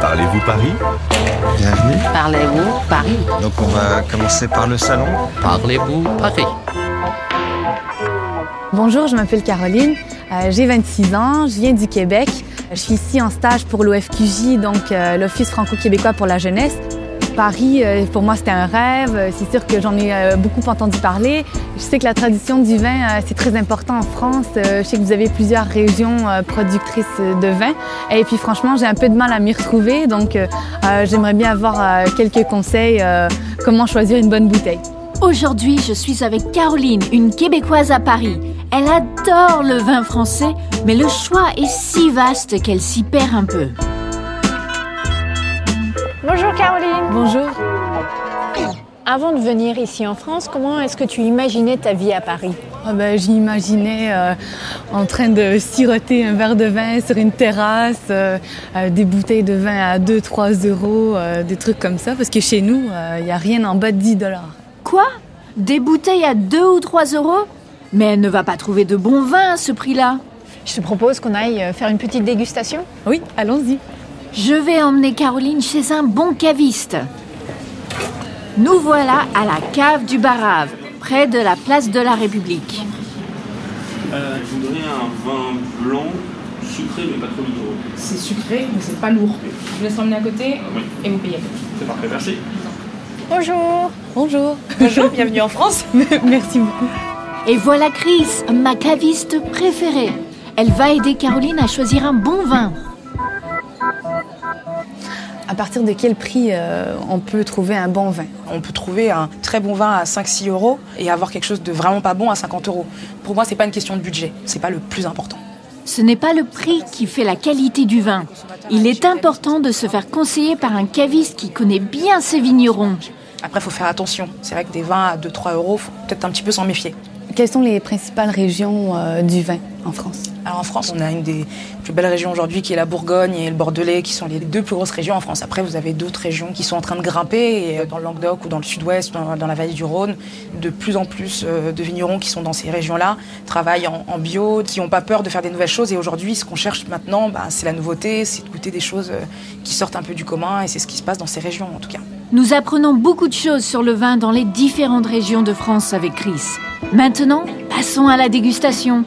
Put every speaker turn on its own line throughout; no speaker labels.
Parlez-vous Paris
Bienvenue.
Parlez-vous Paris
Donc on va commencer par le salon.
Parlez-vous Paris
Bonjour, je m'appelle Caroline, euh, j'ai 26 ans, je viens du Québec. Je suis ici en stage pour l'OFQJ, donc euh, l'Office franco-québécois pour la jeunesse. Paris, euh, pour moi, c'était un rêve. C'est sûr que j'en ai euh, beaucoup entendu parler. Je sais que la tradition du vin, euh, c'est très important en France. Euh, Je sais que vous avez plusieurs régions euh, productrices euh, de vin. Et puis, franchement, j'ai un peu de mal à m'y retrouver. Donc, euh, euh, j'aimerais bien avoir euh, quelques conseils euh, comment choisir une bonne bouteille.
Aujourd'hui, je suis avec Caroline, une Québécoise à Paris. Elle adore le vin français, mais le choix est si vaste qu'elle s'y perd un peu.
Bonjour Caroline.
Bonjour.
Avant de venir ici en France, comment est-ce que tu imaginais ta vie à Paris
Ah ben, J'imaginais euh, en train de siroter un verre de vin sur une terrasse, euh, euh, des bouteilles de vin à 2-3 euros, euh, des trucs comme ça, parce que chez nous, il n'y a rien en bas de 10 dollars.
Quoi Des bouteilles à 2 ou 3 euros Mais elle ne va pas trouver de bon vin à ce prix-là.
Je te propose qu'on
euh,
aille faire une petite dégustation.
Oui, allons-y.
Je vais emmener Caroline chez un bon caviste. Nous voilà à la cave du Barave, près de la place de la République.
Euh, je voudrais un vin blanc sucré mais pas trop minéraux.
C'est sucré, mais c'est pas lourd. Je vous laisse emmener à côté
Ah Oui,
et vous payez.
c'est parfait, merci.
Bonjour.
Bonjour.
Bonjour, bienvenue en France.
Merci beaucoup.
Et voilà Chris, ma caviste préférée. Elle va aider Caroline à choisir un bon vin.
À partir de quel prix euh, on peut trouver un bon vin
On peut trouver un très bon vin à 5-6 euros et avoir quelque chose de vraiment pas bon à 50 euros. Pour moi, c'est pas une question de budget, c'est pas le plus important.
Ce n'est pas le prix qui fait la qualité du vin. Il est important de se faire conseiller par un caviste qui connaît bien ses vignerons.
Après, faut faire attention. C'est vrai que des vins à 2-3 euros, faut peut-être un petit peu s'en méfier.
Quelles sont les principales régions euh, du vin en France
Alors en France, on a une des plus belles régions aujourd'hui qui est la Bourgogne et le Bordelais, qui sont les deux plus grosses régions en France. Après, vous avez d'autres régions qui sont en train de grimper, et euh, dans le Languedoc ou dans le sud-ouest, dans, dans la vallée du Rhône. De plus en plus euh, de vignerons qui sont dans ces régions-là travaillent en, en bio, qui n'ont pas peur de faire des nouvelles choses. Et aujourd'hui, ce qu'on cherche maintenant, bah, c'est la nouveauté, c'est de goûter des choses euh, qui sortent un peu du commun, et c'est ce qui se passe dans ces régions en tout cas.
Nous apprenons beaucoup de choses sur le vin dans les différentes régions de France avec Chris. Maintenant, passons à la dégustation.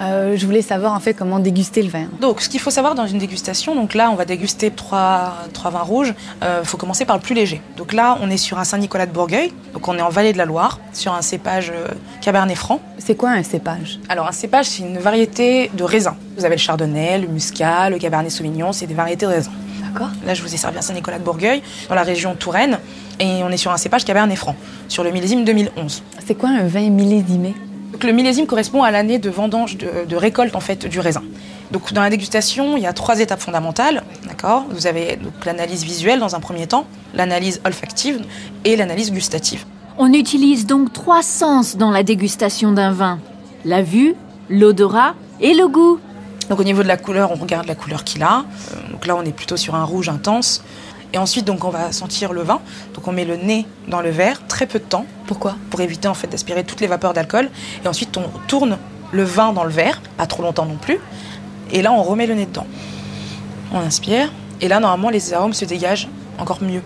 Euh, Je voulais savoir en fait comment déguster le vin.
Donc, ce qu'il faut savoir dans une dégustation, donc là, on va déguster trois, trois vins rouges. Il faut commencer par le plus léger. Donc là, on est sur un Saint-Nicolas de Bourgueil. Donc, on est en vallée de la Loire, sur un cépage euh, Cabernet Franc.
C'est quoi un cépage
Alors, un cépage, c'est une variété de raisin. Vous avez le Chardonnay, le Muscat, le Cabernet Sauvignon, c'est des variétés de raisin.
D'accord.
Là, je vous ai servi un Saint-Nicolas de Bourgueil, dans la région Touraine. Et on est sur un cépage Cabernet Franc, sur le millésime 2011.
C'est quoi un vin millésimé
Donc, le millésime correspond à l'année de vendange, de, de récolte en fait du raisin. Donc dans la dégustation, il y a trois étapes fondamentales, d'accord Vous avez donc l'analyse visuelle dans un premier temps, l'analyse olfactive et l'analyse gustative.
On utilise donc trois sens dans la dégustation d'un vin. La vue, l'odorat et le goût.
Donc au niveau de la couleur, on regarde la couleur qu'il a. Euh, Donc là, on est plutôt sur un rouge intense. Et ensuite, donc on va sentir le vin. Donc on met le nez dans le verre, très peu de temps,
Pourquoi
pour éviter en fait d'aspirer toutes les vapeurs d'alcool. Et ensuite, on tourne le vin dans le verre, pas trop longtemps non plus. Et là, on remet le nez dedans. On inspire. Et là, normalement, les arômes se dégagent encore mieux.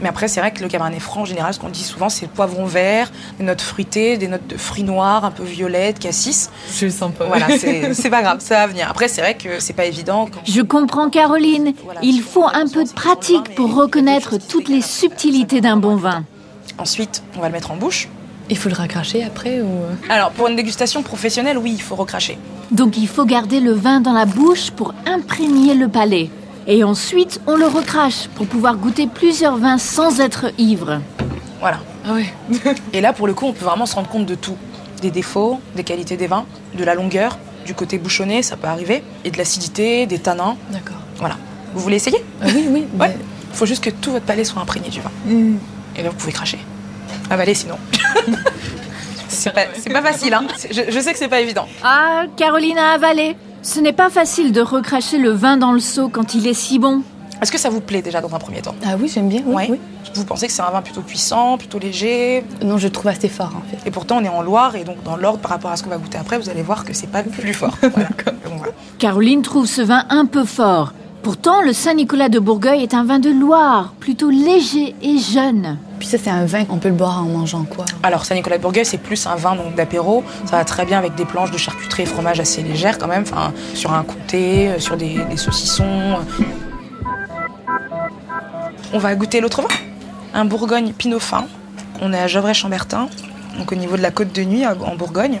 Mais après, c'est vrai que le cabernet franc, en général, ce qu'on dit souvent, c'est le poivron vert, des notes fruitées, des notes de fruits noirs, un peu violettes, cassis.
Je le sens pas.
Voilà, c'est c'est pas grave, ça va venir. Après, c'est vrai que c'est pas évident.
Je comprends Caroline,
Voilà.
il faut un peu de pratique pour reconnaître toutes les subtilités d'un bon vin.
Ensuite, on va le mettre en bouche.
Il faut le raccracher après ou euh,
Alors, pour une dégustation professionnelle, oui, il faut recracher.
Donc il faut garder le vin dans la bouche pour imprégner le palais. Et ensuite, on le recrache pour pouvoir goûter plusieurs vins sans être ivre.
Voilà.
Ah ouais.
Et là, pour le coup, on peut vraiment se rendre compte de tout. Des défauts, des qualités des vins, de la longueur, du côté bouchonné, ça peut arriver, et de l'acidité, des tanins.
D'accord.
Voilà. Vous voulez essayer
Ah oui, oui.
Ouais.
mais-
Il faut juste que tout votre palais soit imprégné du vin.
Hmm.
Et là, vous pouvez cracher. Avaler sinon. c'est pas, c'est pas facile, hein. C'est- Je, je sais que c'est pas évident.
Ah, Caroline a avalé. Ce n'est pas facile de recracher le vin dans le seau quand il est si bon.
Est-ce que ça vous plaît déjà dans un premier temps
Ah oui, j'aime bien, oui,
Ouais.
oui.
Vous pensez que c'est un vin plutôt puissant, plutôt léger
Non, je le trouve assez fort en fait.
Et pourtant, on est en Loire, et donc dans l'ordre par rapport à ce qu'on va goûter après, vous allez voir que c'est pas le plus fort. Voilà. Bon, voilà.
Caroline trouve ce vin un peu fort. Pourtant, le Saint-Nicolas de Bourgueil est un vin de Loire, plutôt léger et jeune.
Puis ça, c'est un vin qu'on peut le boire en mangeant quoi.
Alors, Saint-Nicolas de Bourgueil, c'est plus un vin donc, d'apéro. Ça va très bien avec des planches de charcuterie et fromage assez légères quand même, enfin, sur un comté, euh, sur des, des saucissons. euh. On va goûter l'autre vin. Un Bourgogne Pinot fin. On est à Gevrey-Chambertin, donc au niveau de la côte de nuit à- en Bourgogne.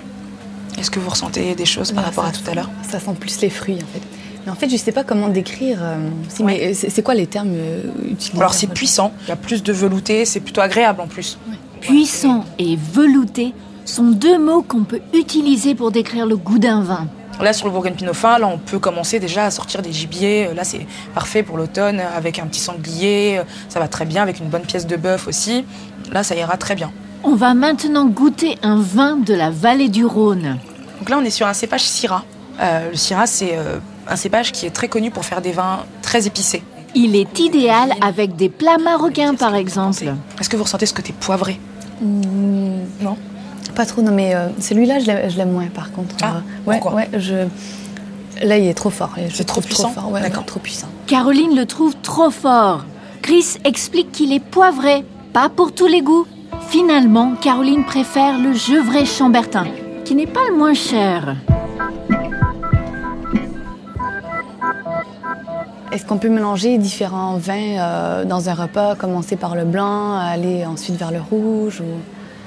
Est-ce que vous ressentez des choses par
Ah,
rapport
ça
à tout à l'heure
Ça sent plus les fruits en fait. Mais en fait, je sais pas comment décrire. euh, si-
Ouais.
mais, euh, c'est c'est quoi les termes euh, utilisés
Alors, c'est
en fait
puissant, il y a plus de velouté, c'est plutôt agréable en plus.
Puissant et velouté sont deux mots qu'on peut utiliser pour décrire le goût d'un vin.
Là, sur le Bourgogne Pinot fin, là, on peut commencer déjà à sortir des gibiers. Euh, Là, c'est parfait pour l'automne, euh, avec un petit sanglier. euh, Ça va très bien, avec une bonne pièce de bœuf aussi. Là, ça ira très bien.
On va maintenant goûter un vin de la vallée du Rhône.
Donc là, on est sur un cépage Syrah. Euh, le Syrah, c'est euh, un cépage qui est très connu pour faire des vins très épicés.
Il est idéal avec des plats marocains par exemple.
Est-ce que vous ressentez ce côté poivré Non
Pas trop, non, mais euh, celui-là, je l'aime- je l'aime moins par contre.
Ah,
Euh, ouais,
pourquoi
ouais, je... Là, il est trop fort. Je le
C'est trop
trouve
puissant
fort, ouais,
D'accord.
ouais, trop puissant.
Caroline le trouve trop fort. Chris explique qu'il est poivré, pas pour tous les goûts. Finalement, Caroline préfère le Gevrey Chambertin, qui n'est pas le moins cher.
Est-ce qu'on peut mélanger différents vins euh, dans un repas, commencer par le blanc, aller ensuite vers le rouge ou...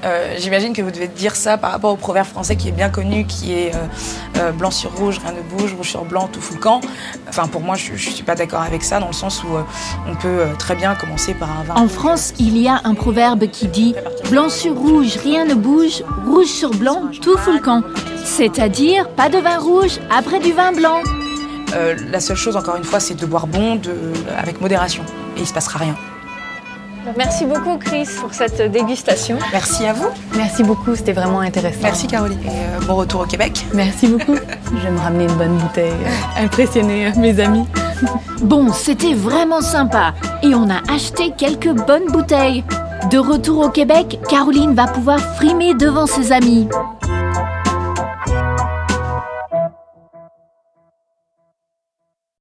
Euh, J'imagine que vous devez dire ça par rapport au proverbe français qui est bien connu, qui est euh, euh, blanc sur rouge, rien ne bouge, rouge sur blanc, tout fout le camp. Enfin, pour moi, je, je suis pas d'accord avec ça, dans le sens où euh, on peut euh, très bien commencer par un vin.
En France, il y a un proverbe qui dit Blanc sur rouge, rien ne bouge, rouge sur blanc, tout fout le camp. C'est-à-dire, pas de vin rouge après du vin blanc.
Euh, la seule chose, encore une fois, c'est de boire bon, de, avec modération, et il se passera rien.
Merci beaucoup, Chris, pour cette dégustation.
Merci à vous.
Merci beaucoup, c'était vraiment intéressant.
Merci Caroline. Et euh, bon retour au Québec.
Merci beaucoup. je vais me ramener une bonne bouteille, euh, impressionner euh, mes amis.
Bon, c'était vraiment sympa et on a acheté quelques bonnes bouteilles. De retour au Québec, Caroline va pouvoir frimer devant ses amis.